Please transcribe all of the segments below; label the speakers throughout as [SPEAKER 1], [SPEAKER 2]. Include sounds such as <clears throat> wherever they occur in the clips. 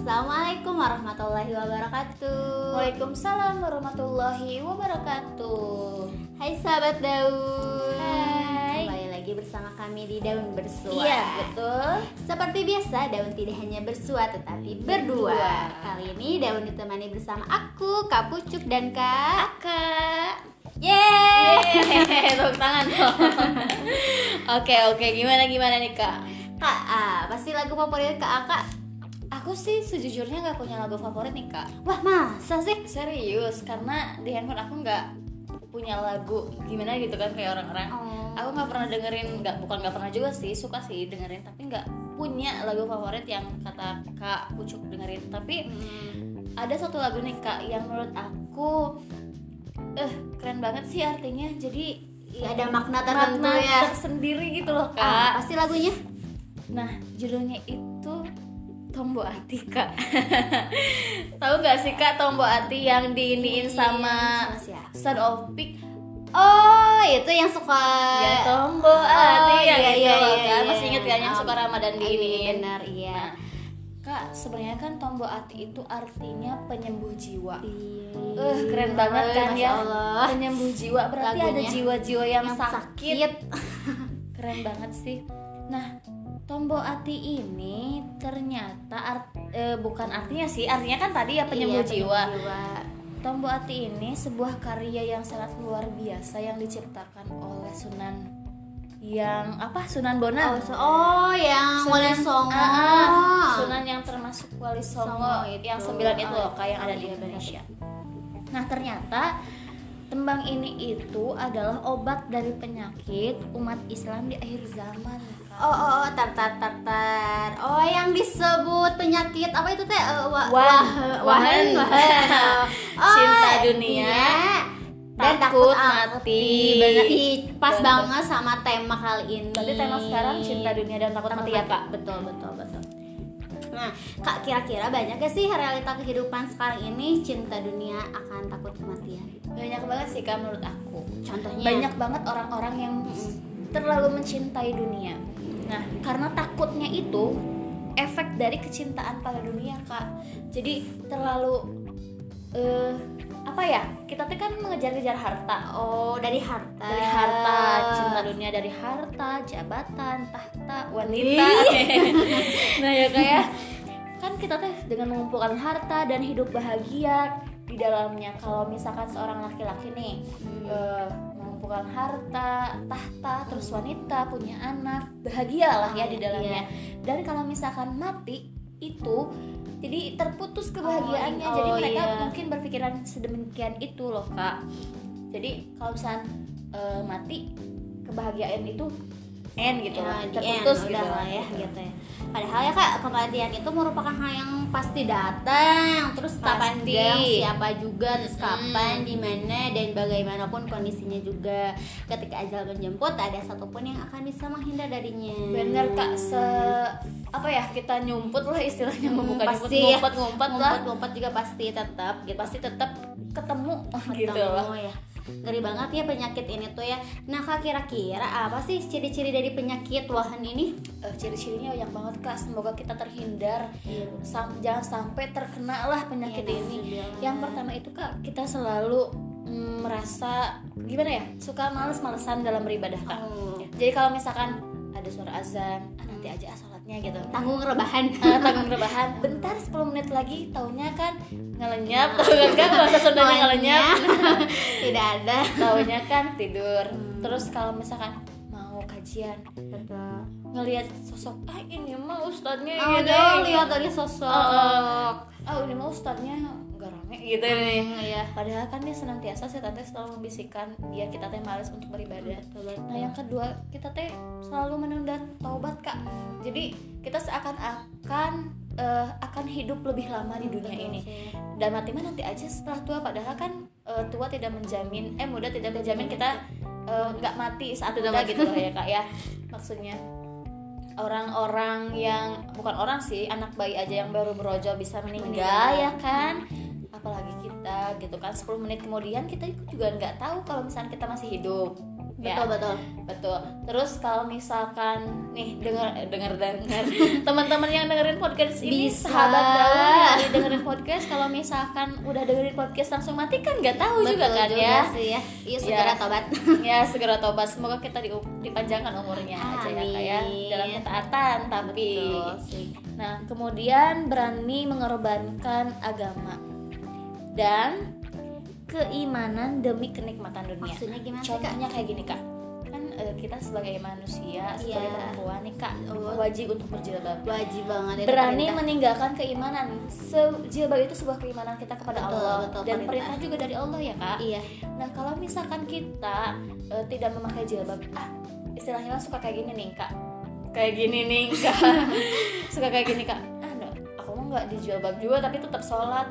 [SPEAKER 1] Assalamualaikum warahmatullahi wabarakatuh.
[SPEAKER 2] Waalaikumsalam warahmatullahi wabarakatuh.
[SPEAKER 1] Hai sahabat daun.
[SPEAKER 2] Hai.
[SPEAKER 1] Kembali lagi bersama kami di Daun Bersua.
[SPEAKER 2] Iya, betul.
[SPEAKER 1] Seperti biasa, daun tidak hanya bersua
[SPEAKER 2] Iya.
[SPEAKER 1] tetapi berdua.
[SPEAKER 2] Berdua.
[SPEAKER 1] Kali ini daun ditemani bersama aku, Kak Pucuk dan Kak.
[SPEAKER 2] Kak.
[SPEAKER 1] Yeay.
[SPEAKER 2] Iya. Hehehe, <laughs> tepuk tangan dong. <laughs> Oke, oke. Gimana gimana nih, Kak?
[SPEAKER 1] Kak A, pasti lagu favorit Kak A, Kak.
[SPEAKER 2] Aku sih sejujurnya nggak punya lagu favorit nih, Kak.
[SPEAKER 1] Wah, masa sih?
[SPEAKER 2] Serius, karena di handphone aku nggak punya lagu gimana gitu kan kayak orang-orang.
[SPEAKER 1] Oh.
[SPEAKER 2] Aku nggak pernah dengerin, nggak bukan nggak pernah juga sih, suka sih dengerin, tapi nggak punya lagu favorit yang kata Kak Pucuk dengerin. Tapi ada satu lagu nih kak yang menurut aku eh keren banget sih artinya jadi ya,
[SPEAKER 1] Ada makna tertentu
[SPEAKER 2] makna
[SPEAKER 1] ya.
[SPEAKER 2] tersendiri gitu
[SPEAKER 1] Ah,
[SPEAKER 2] loh kak
[SPEAKER 1] pasti lagunya
[SPEAKER 2] nah judulnya itu Tombo Ati kak <laughs> tahu nggak sih kak Tombo Ati yang diiniin Iya, sama
[SPEAKER 1] Sama siapa?
[SPEAKER 2] Son of Pig
[SPEAKER 1] Oh, itu yang suka
[SPEAKER 2] ya Tombo Ati
[SPEAKER 1] Oh,
[SPEAKER 2] yang
[SPEAKER 1] iya,
[SPEAKER 2] itu
[SPEAKER 1] iya,
[SPEAKER 2] loh
[SPEAKER 1] iya,
[SPEAKER 2] kak
[SPEAKER 1] iya.
[SPEAKER 2] masih inget kan yang
[SPEAKER 1] Ah,
[SPEAKER 2] suka Ramadan diiniin
[SPEAKER 1] benar iya.
[SPEAKER 2] Nah, kak sebenarnya kan Tombo Ati itu artinya penyembuh jiwa Eh, keren banget kan
[SPEAKER 1] Masya
[SPEAKER 2] ya.
[SPEAKER 1] Allah.
[SPEAKER 2] Penyembuh jiwa berarti ada
[SPEAKER 1] Lagunya.
[SPEAKER 2] jiwa-jiwa yang,
[SPEAKER 1] Yang
[SPEAKER 2] sakit.
[SPEAKER 1] sakit. iya,
[SPEAKER 2] Keren banget sih. Nah, Tombo Ati ini ternyata art- eh, bukan artinya sih, artinya kan tadi ya penyembuh
[SPEAKER 1] Iya,
[SPEAKER 2] jiwa.
[SPEAKER 1] jiwa.
[SPEAKER 2] Tombo Ati ini sebuah karya yang sangat luar biasa yang diciptakan oleh Sunan yang apa Sunan
[SPEAKER 1] Oh,
[SPEAKER 2] Bonang.
[SPEAKER 1] so- oh, yang Wali Songo.
[SPEAKER 2] Ah, ah. Sunan yang termasuk Wali Songo,
[SPEAKER 1] Songo itu.
[SPEAKER 2] yang sembilan itu loh Kak, yang
[SPEAKER 1] Oh,
[SPEAKER 2] ada di
[SPEAKER 1] iya, benar.
[SPEAKER 2] Indonesia. Nah ternyata tembang ini itu adalah obat dari penyakit umat Islam di akhir zaman. Kak.
[SPEAKER 1] Oh, oh, oh, tar, tar, tar, tar. Oh, yang disebut penyakit apa itu teh? Eh, wa-
[SPEAKER 2] Wan.
[SPEAKER 1] wah- wahan,
[SPEAKER 2] Wahan. <laughs>
[SPEAKER 1] wahan. Oh,
[SPEAKER 2] Cinta dunia.
[SPEAKER 1] iya. Dan
[SPEAKER 2] Takut
[SPEAKER 1] takut mati.
[SPEAKER 2] mati.
[SPEAKER 1] Benar. Ih, Pas
[SPEAKER 2] Benar.
[SPEAKER 1] banget sama tema kali ini.
[SPEAKER 2] Berarti tema sekarang cinta dunia dan takut mati ya Kak.
[SPEAKER 1] Betul, betul, betul. Nah, Kak kira-kira banyak gak sih realita kehidupan sekarang ini cinta dunia akan takut kematian?
[SPEAKER 2] Banyak banget sih Kak menurut aku.
[SPEAKER 1] Contohnya
[SPEAKER 2] Banyak banget orang-orang yang terlalu mencintai dunia. Nah karena takutnya itu efek dari kecintaan pada dunia Kak. Jadi terlalu eh apa ya kita tuh kan mengejar-kejar harta.
[SPEAKER 1] Oh, dari harta.
[SPEAKER 2] dari harta cinta dunia dari harta jabatan tahta wanita <laughs> nah ya kayak kan kita teh dengan mengumpulkan harta dan hidup bahagia di dalamnya kalau misalkan seorang laki-laki nih
[SPEAKER 1] Hmm.
[SPEAKER 2] eh, mengumpulkan harta tahta terus wanita punya anak bahagialah ya di
[SPEAKER 1] Iya.
[SPEAKER 2] dalamnya dan kalau misalkan mati itu jadi terputus kebahagiaannya
[SPEAKER 1] Oh,
[SPEAKER 2] jadi
[SPEAKER 1] oh,
[SPEAKER 2] mereka
[SPEAKER 1] iya.
[SPEAKER 2] mungkin berpikiran sedemikian itu loh kak jadi kalau misalkan eh, mati kebahagiaan itu end gitu
[SPEAKER 1] Ya,
[SPEAKER 2] lah
[SPEAKER 1] di
[SPEAKER 2] terputus
[SPEAKER 1] end,
[SPEAKER 2] gitu
[SPEAKER 1] udah lah ya
[SPEAKER 2] gitu.
[SPEAKER 1] gitu ya. Padahal ya kak kematian itu merupakan hal yang pasti datang, terus tak
[SPEAKER 2] Pasti. Hmm.
[SPEAKER 1] pandang siapa juga, terus
[SPEAKER 2] Mm-mm.
[SPEAKER 1] kapan, di mana dan bagaimanapun kondisinya juga. Ketika ajal menjemput, tak ada satupun yang akan bisa menghindar darinya.
[SPEAKER 2] bener kak se apa ya kita nyumput lah istilahnya
[SPEAKER 1] Hmm,
[SPEAKER 2] bukan nyumput
[SPEAKER 1] pasti ya.
[SPEAKER 2] ngumpet ngumpet lah
[SPEAKER 1] ngumpet ngumpet juga pasti tetap gitu.
[SPEAKER 2] pasti tetap ketemu gitu
[SPEAKER 1] Ketemu
[SPEAKER 2] loh
[SPEAKER 1] ya. Ngeri banget ya penyakit ini tuh ya. Nah kak kira-kira apa sih ciri-ciri dari penyakit wahan ini?
[SPEAKER 2] Eh, ciri-cirinya banyak banget kak semoga kita terhindar Sam- jangan sampai terkena lah penyakit
[SPEAKER 1] Iya,
[SPEAKER 2] ini
[SPEAKER 1] nauzubillah.
[SPEAKER 2] yang pertama itu kak kita selalu mm, merasa gimana ya suka males-malesan dalam beribadah kak Ya,
[SPEAKER 1] Oh,
[SPEAKER 2] jadi kalau misalkan ada suara azan ah, nanti aja ah sholatnya gitu
[SPEAKER 1] tanggung rebahan.
[SPEAKER 2] Ah,
[SPEAKER 1] <laughs>
[SPEAKER 2] tanggung rebahan bentar 10 menit lagi taunya kan ngelenyap tau
[SPEAKER 1] Iya.
[SPEAKER 2] <laughs> kan kan bahasa Sundanya
[SPEAKER 1] <laughs>
[SPEAKER 2] ngelenyap
[SPEAKER 1] Tidak ada.
[SPEAKER 2] taunya kan tidur
[SPEAKER 1] Hmm.
[SPEAKER 2] terus kalau misalkan mau kajian ngelihat sosok ah ini mah ustadznya
[SPEAKER 1] Oh,
[SPEAKER 2] ini
[SPEAKER 1] dia lihat dari sosok.
[SPEAKER 2] Oh, ah ini mah ustadznya nggak rame gitu nih
[SPEAKER 1] Hmm, Iya.
[SPEAKER 2] padahal kan dia senantiasa setan teh selalu membisikkan biar kita teh malas untuk beribadah nah yang kedua kita teh selalu menunda taubat kak jadi kita seakan-akan eh, akan hidup lebih lama di dunia ini dan mati mah nanti aja setelah tua padahal kan eh, tua tidak menjamin eh muda tidak menjamin kita eh, nggak mati saat
[SPEAKER 1] Tidak
[SPEAKER 2] muda
[SPEAKER 1] mati.
[SPEAKER 2] gitu loh ya kak ya maksudnya orang-orang yang bukan orang sih anak bayi aja yang baru berojo bisa meninggal ya kan apalagi kita gitu kan 10 menit kemudian kita juga nggak tahu kalau misalnya kita masih hidup
[SPEAKER 1] betul betul
[SPEAKER 2] Betul. Terus kalau misalkan nih dengar dengar dengar <laughs> teman-teman yang dengerin podcast ini
[SPEAKER 1] Bisa.
[SPEAKER 2] sahabat Dawa yang dengerin podcast kalau misalkan udah dengerin podcast langsung mati kan nggak tahu juga
[SPEAKER 1] Betul
[SPEAKER 2] kan ya.
[SPEAKER 1] sih ya iya
[SPEAKER 2] Ya.
[SPEAKER 1] segera tobat
[SPEAKER 2] Ya segera tobat. Semoga kita di, dipanjangkan umurnya aja ya Kak ya
[SPEAKER 1] Amin.
[SPEAKER 2] dalam ketaatan tapi.
[SPEAKER 1] Betul sih.
[SPEAKER 2] Nah, kemudian berani mengorbankan agama dan keimanan demi kenikmatan dunia.
[SPEAKER 1] maksudnya gimana sih kak
[SPEAKER 2] Contohnya kayak gini kak, kan eh, kita sebagai manusia sebagai
[SPEAKER 1] Iya.
[SPEAKER 2] perempuan nih kak
[SPEAKER 1] Oh.
[SPEAKER 2] wajib untuk berjilbab.
[SPEAKER 1] wajib banget ya itu
[SPEAKER 2] Berani
[SPEAKER 1] perintah.
[SPEAKER 2] meninggalkan keimanan. Se- Jilbab itu sebuah keimanan kita kepada
[SPEAKER 1] Betul,
[SPEAKER 2] Allah
[SPEAKER 1] betul,
[SPEAKER 2] dan
[SPEAKER 1] perintah.
[SPEAKER 2] perintah juga dari Allah ya kak.
[SPEAKER 1] iya
[SPEAKER 2] Nah kalau misalkan kita eh, tidak memakai jilbab, ah istilahnya suka kayak gini nih kak, kayak gini nih kak,
[SPEAKER 1] <laughs>
[SPEAKER 2] suka kayak gini kak. Ah no, aku mau nggak dijilbab juga tapi tetap sholat.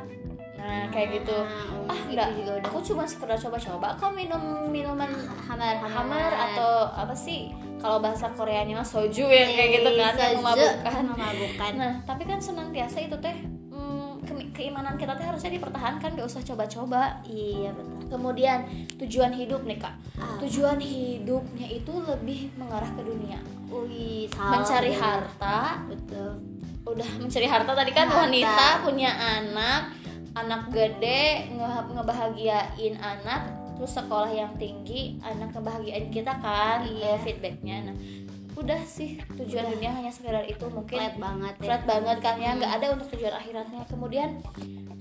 [SPEAKER 2] Nah kayak gitu.
[SPEAKER 1] Nah,
[SPEAKER 2] Ah
[SPEAKER 1] itu
[SPEAKER 2] enggak,
[SPEAKER 1] juga udah Ah.
[SPEAKER 2] aku cuma sekedar coba-coba kok minum minuman
[SPEAKER 1] hamar
[SPEAKER 2] hammer atau apa sih kalau bahasa Koreanya mah soju ya kayak
[SPEAKER 1] Iya,
[SPEAKER 2] gitu kan yang
[SPEAKER 1] memabukan
[SPEAKER 2] memabukan
[SPEAKER 1] memabukan
[SPEAKER 2] nah tapi kan senantiasa itu teh hmm, ke- keimanan kita teh harusnya dipertahankan gak usah coba-coba
[SPEAKER 1] iya betul
[SPEAKER 2] kemudian tujuan hidup nih kak
[SPEAKER 1] Ah.
[SPEAKER 2] tujuan hidupnya itu lebih mengarah ke dunia
[SPEAKER 1] Wih, salah.
[SPEAKER 2] mencari harta
[SPEAKER 1] betul
[SPEAKER 2] udah mencari harta tadi kan
[SPEAKER 1] Harta.
[SPEAKER 2] wanita punya anak anak gede nge- ngebahagiain anak terus sekolah yang tinggi anak kebahagiaan kita kan
[SPEAKER 1] Iya.
[SPEAKER 2] eh, feedbacknya nah udah sih tujuan
[SPEAKER 1] Udah.
[SPEAKER 2] dunia hanya sekedar itu
[SPEAKER 1] flat
[SPEAKER 2] mungkin
[SPEAKER 1] banget ya
[SPEAKER 2] flat banget kan ya
[SPEAKER 1] Hmm.
[SPEAKER 2] nggak ada untuk tujuan akhiratnya kemudian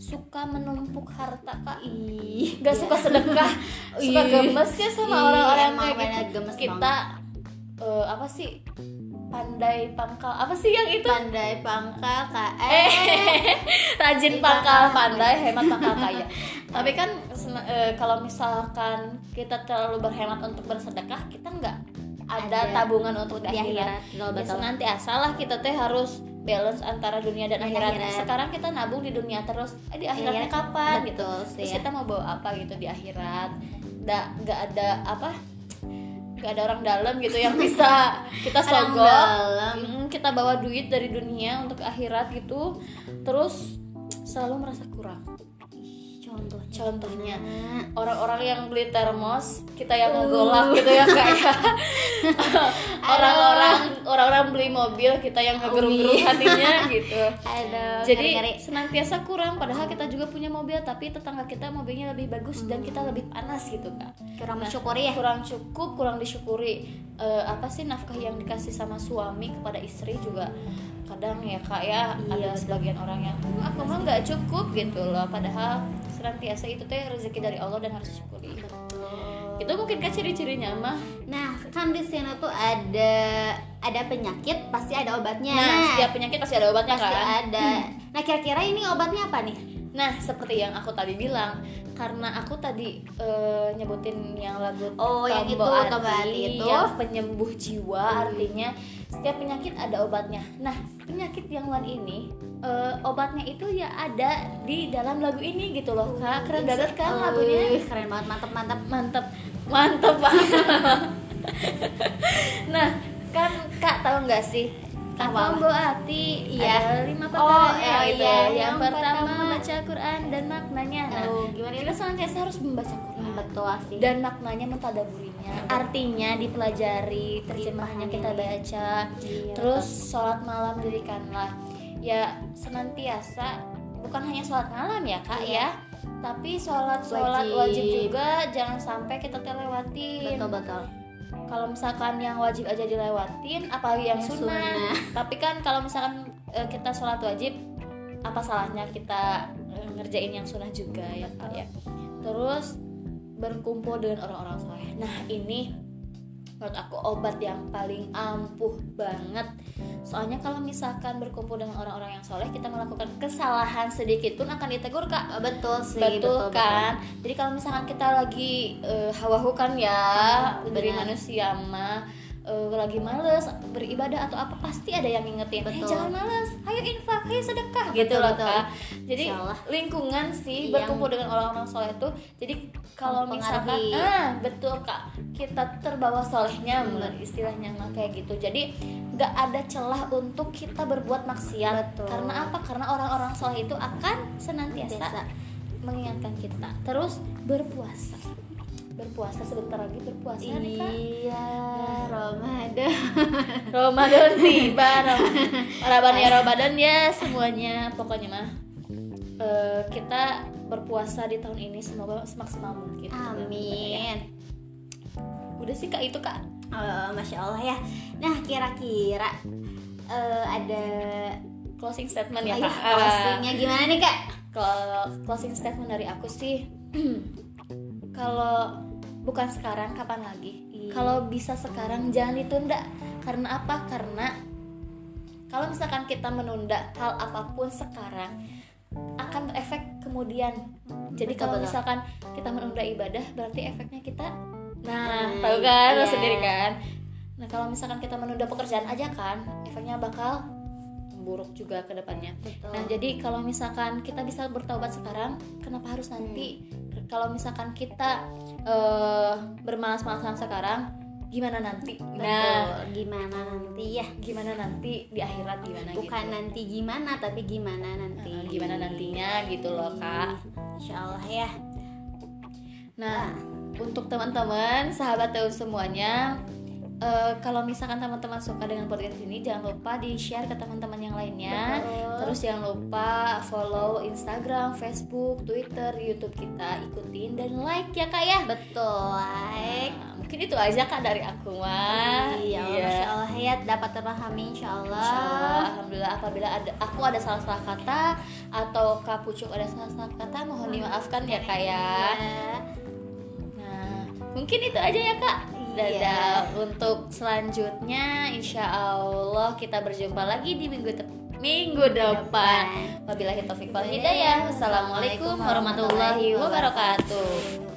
[SPEAKER 2] suka menumpuk harta kak
[SPEAKER 1] Iya. ih
[SPEAKER 2] nggak suka
[SPEAKER 1] <laughs>
[SPEAKER 2] sedekah suka
[SPEAKER 1] Ih.
[SPEAKER 2] gemes ya sama
[SPEAKER 1] Ih,
[SPEAKER 2] orang-orang
[SPEAKER 1] Iya. emang
[SPEAKER 2] kayak
[SPEAKER 1] bener
[SPEAKER 2] gitu
[SPEAKER 1] gemes
[SPEAKER 2] kita eh, apa sih pandai pangkal apa sih yang itu
[SPEAKER 1] pandai pangkal kak eh
[SPEAKER 2] eh <laughs>
[SPEAKER 1] Iya.
[SPEAKER 2] rajin pangkal pandai hemat pangkal
[SPEAKER 1] <laughs>
[SPEAKER 2] kaya tapi kan sen- eh, kalau misalkan kita terlalu berhemat untuk bersedekah kita nggak
[SPEAKER 1] Ada.
[SPEAKER 2] ada tabungan untuk di
[SPEAKER 1] di
[SPEAKER 2] akhirat
[SPEAKER 1] akhirat betul
[SPEAKER 2] ya,
[SPEAKER 1] betul
[SPEAKER 2] nanti asalah kita teh harus balance antara dunia dan
[SPEAKER 1] Dan
[SPEAKER 2] akhirat.
[SPEAKER 1] akhirat. Iya,
[SPEAKER 2] sekarang kita nabung di dunia terus eh, di akhiratnya
[SPEAKER 1] Akhirat,
[SPEAKER 2] kapan gitu
[SPEAKER 1] betul sih
[SPEAKER 2] terus
[SPEAKER 1] ya.
[SPEAKER 2] kita mau bawa apa gitu di akhirat nggak nggak ada apa nggak ada orang dalam gitu yang
[SPEAKER 1] <laughs>
[SPEAKER 2] bisa kita
[SPEAKER 1] Orang
[SPEAKER 2] sogok
[SPEAKER 1] dalam.
[SPEAKER 2] Mm, kita bawa duit dari dunia untuk akhirat gitu terus selalu merasa kurang
[SPEAKER 1] contoh
[SPEAKER 2] contohnya orang-orang yang beli termos kita yang
[SPEAKER 1] Uh.
[SPEAKER 2] ngegolak gitu ya
[SPEAKER 1] <laughs>
[SPEAKER 2] kayak orang-orang orang-orang beli mobil kita yang ngegerung-gerung hatinya gitu
[SPEAKER 1] Aduh,
[SPEAKER 2] jadi
[SPEAKER 1] ngeri-ngeri.
[SPEAKER 2] senantiasa kurang padahal kita juga punya mobil tapi tetangga kita mobilnya lebih bagus dan kita lebih panas gitu kak
[SPEAKER 1] kurang
[SPEAKER 2] Nah,
[SPEAKER 1] mensyukuri ya
[SPEAKER 2] kurang cukup kurang disyukuri Eh, apa sih nafkah yang dikasih sama suami kepada istri juga kadang ya kak ya ada sebagian orang yang "Hmm, aku mah nggak cukup gitu loh padahal senantiasa itu tuh rezeki dari Allah dan harus disyukuri itu mungkin kak ciri-cirinya mah
[SPEAKER 1] nah kan di sini tuh ada ada penyakit pasti ada obatnya
[SPEAKER 2] nah setiap penyakit pasti ada obatnya
[SPEAKER 1] Ya. pasti
[SPEAKER 2] kan
[SPEAKER 1] ada nah kira-kira ini obatnya apa nih
[SPEAKER 2] Nah, seperti yang aku tadi bilang, karena aku tadi eh, nyebutin yang lagu
[SPEAKER 1] Oh, yang itu,
[SPEAKER 2] Arti,
[SPEAKER 1] Tombo Arti itu. Hmm.
[SPEAKER 2] yang penyembuh jiwa artinya setiap penyakit ada obatnya. Nah, penyakit yang lain ini eh, obatnya itu ya ada di dalam lagu ini gitu loh. Kak, keren
[SPEAKER 1] Iya.
[SPEAKER 2] banget kan
[SPEAKER 1] Oh,
[SPEAKER 2] lagunya?
[SPEAKER 1] Wih, keren banget mantep mantep
[SPEAKER 2] Mantep. Mantep <laughs> banget. nah, kan Kak tahu nggak sih? Kak
[SPEAKER 1] Apa?
[SPEAKER 2] Tombo Arti
[SPEAKER 1] Iya.
[SPEAKER 2] ada lima
[SPEAKER 1] Oh,
[SPEAKER 2] pertanyaan
[SPEAKER 1] iya,
[SPEAKER 2] gitu.
[SPEAKER 1] iya.
[SPEAKER 2] Yang,
[SPEAKER 1] Yang
[SPEAKER 2] pertama,
[SPEAKER 1] pertama,
[SPEAKER 2] baca Quran dan maknanya. Nah,
[SPEAKER 1] Oh, gimana
[SPEAKER 2] kita senantiasa harus membaca Quran
[SPEAKER 1] Hmm, betul sih
[SPEAKER 2] dan maknanya mentadaburinya, Nah. artinya dipelajari, terjemahannya kita baca.
[SPEAKER 1] Iya,
[SPEAKER 2] Terus sholat malam dirikanlah. Ya senantiasa bukan hanya sholat malam ya kak
[SPEAKER 1] Iya.
[SPEAKER 2] ya, tapi sholat sholat wajib.
[SPEAKER 1] Wajib.
[SPEAKER 2] juga jangan sampai kita terlewatin.
[SPEAKER 1] betul betul
[SPEAKER 2] Kalau misalkan yang wajib aja dilewatin, apalagi yang
[SPEAKER 1] Yang
[SPEAKER 2] sunnah.
[SPEAKER 1] sunnah.
[SPEAKER 2] Tapi kan kalau misalkan eh, kita sholat wajib, apa salahnya kita eh, ngerjain yang sunnah juga ya Kak, ya. Terus berkumpul dengan orang-orang soleh. Nah ini menurut aku obat yang paling ampuh banget. Soalnya kalau misalkan berkumpul dengan orang-orang yang soleh, kita melakukan kesalahan sedikit pun akan ditegur
[SPEAKER 1] Oh,
[SPEAKER 2] kak.
[SPEAKER 1] betul sih
[SPEAKER 2] Betul,
[SPEAKER 1] betul.
[SPEAKER 2] kan. Jadi kalau misalkan kita lagi eh, hawa-hawa kan ya dari
[SPEAKER 1] Ah, benar.
[SPEAKER 2] manusia mah eh, lagi males beribadah atau apa pasti ada yang ngingetin.
[SPEAKER 1] Betul.
[SPEAKER 2] "Eh, jangan males, ayo infak, ayo sedekah
[SPEAKER 1] Betul,
[SPEAKER 2] gitu loh
[SPEAKER 1] betul.
[SPEAKER 2] kak. Jadi
[SPEAKER 1] Insya Allah.
[SPEAKER 2] lingkungan sih
[SPEAKER 1] Yang-
[SPEAKER 2] berkumpul dengan orang-orang soleh itu. Jadi kalau misalkan
[SPEAKER 1] Mempengaruhi.
[SPEAKER 2] ah betul kak kita terbawa solehnya
[SPEAKER 1] Hmm.
[SPEAKER 2] bener istilahnya mah kayak gitu. Jadi nggak ada celah untuk kita berbuat maksiat
[SPEAKER 1] Betul.
[SPEAKER 2] karena apa? Karena orang-orang soleh itu akan senantiasa
[SPEAKER 1] Biasa.
[SPEAKER 2] mengingatkan kita terus berpuasa berpuasa sebentar lagi berpuasa nih
[SPEAKER 1] <laughs>
[SPEAKER 2] kak
[SPEAKER 1] Iya, Ramadan.
[SPEAKER 2] Ramadan tiba Ramadan Ramadan ya Ramadan ya semuanya pokoknya mah eh, kita berpuasa di tahun ini semoga semaksimal mungkin
[SPEAKER 1] Amin.
[SPEAKER 2] udah sih kak itu kak
[SPEAKER 1] Eh, Masya Allah ya. Nah, kira-kira eh, ada
[SPEAKER 2] closing statement ya
[SPEAKER 1] Ayah,
[SPEAKER 2] kak
[SPEAKER 1] closingnya Iya, gimana nih kak?
[SPEAKER 2] kalau closing statement dari aku sih <clears throat> kalau bukan sekarang kapan lagi
[SPEAKER 1] Iya.
[SPEAKER 2] kalau bisa sekarang jangan ditunda karena apa karena kalau misalkan kita menunda hal apapun sekarang akan berefek kemudian jadi
[SPEAKER 1] Betul,
[SPEAKER 2] kalau
[SPEAKER 1] betul.
[SPEAKER 2] misalkan kita menunda ibadah berarti efeknya kita nah
[SPEAKER 1] Nah,
[SPEAKER 2] tahu kan lo
[SPEAKER 1] iya.
[SPEAKER 2] sendiri kan nah kalau misalkan kita menunda pekerjaan aja kan efeknya bakal buruk juga ke depannya
[SPEAKER 1] Betul.
[SPEAKER 2] Nah, jadi kalau misalkan kita bisa bertaubat sekarang, kenapa harus nanti?
[SPEAKER 1] Hmm.
[SPEAKER 2] Kalau misalkan kita eh bermalas-malasan sekarang, gimana nanti?
[SPEAKER 1] Betul.
[SPEAKER 2] Nah,
[SPEAKER 1] gimana nanti ya?
[SPEAKER 2] gimana nanti di akhirat gimana
[SPEAKER 1] Bukan
[SPEAKER 2] gitu?
[SPEAKER 1] nanti gimana, tapi gimana nanti?
[SPEAKER 2] Eh, gimana nantinya gitu loh, Kak.
[SPEAKER 1] Masya Allah ya.
[SPEAKER 2] Nah, untuk teman-teman, sahabat Teus semuanya, eh, kalau misalkan teman-teman suka dengan podcast ini, jangan lupa di-share ke teman-teman yang lainnya.
[SPEAKER 1] Betul.
[SPEAKER 2] Terus jangan lupa follow Instagram, Facebook, Twitter, YouTube kita, ikutin dan like ya kak ya.
[SPEAKER 1] Betul. Like.
[SPEAKER 2] Nah, mungkin itu aja kak dari aku mah.
[SPEAKER 1] Iya, Masya Allah ya. Dapat terpahami Insya Allah.
[SPEAKER 2] Ah, Insya Allah, Ah, Alhamdulillah apabila ada aku ada salah-salah kata atau Kak Pucuk ada salah-salah kata
[SPEAKER 1] Nah,
[SPEAKER 2] mohon dimaafkan ya kak ya.
[SPEAKER 1] Ya.
[SPEAKER 2] Nah, mungkin itu aja ya kak. Dadah. Untuk selanjutnya, insya Allah kita berjumpa lagi di minggu te- minggu depan. Wabillahi taufiq wal hidayah. Wassalamualaikum warahmatullahi wabarakatuh.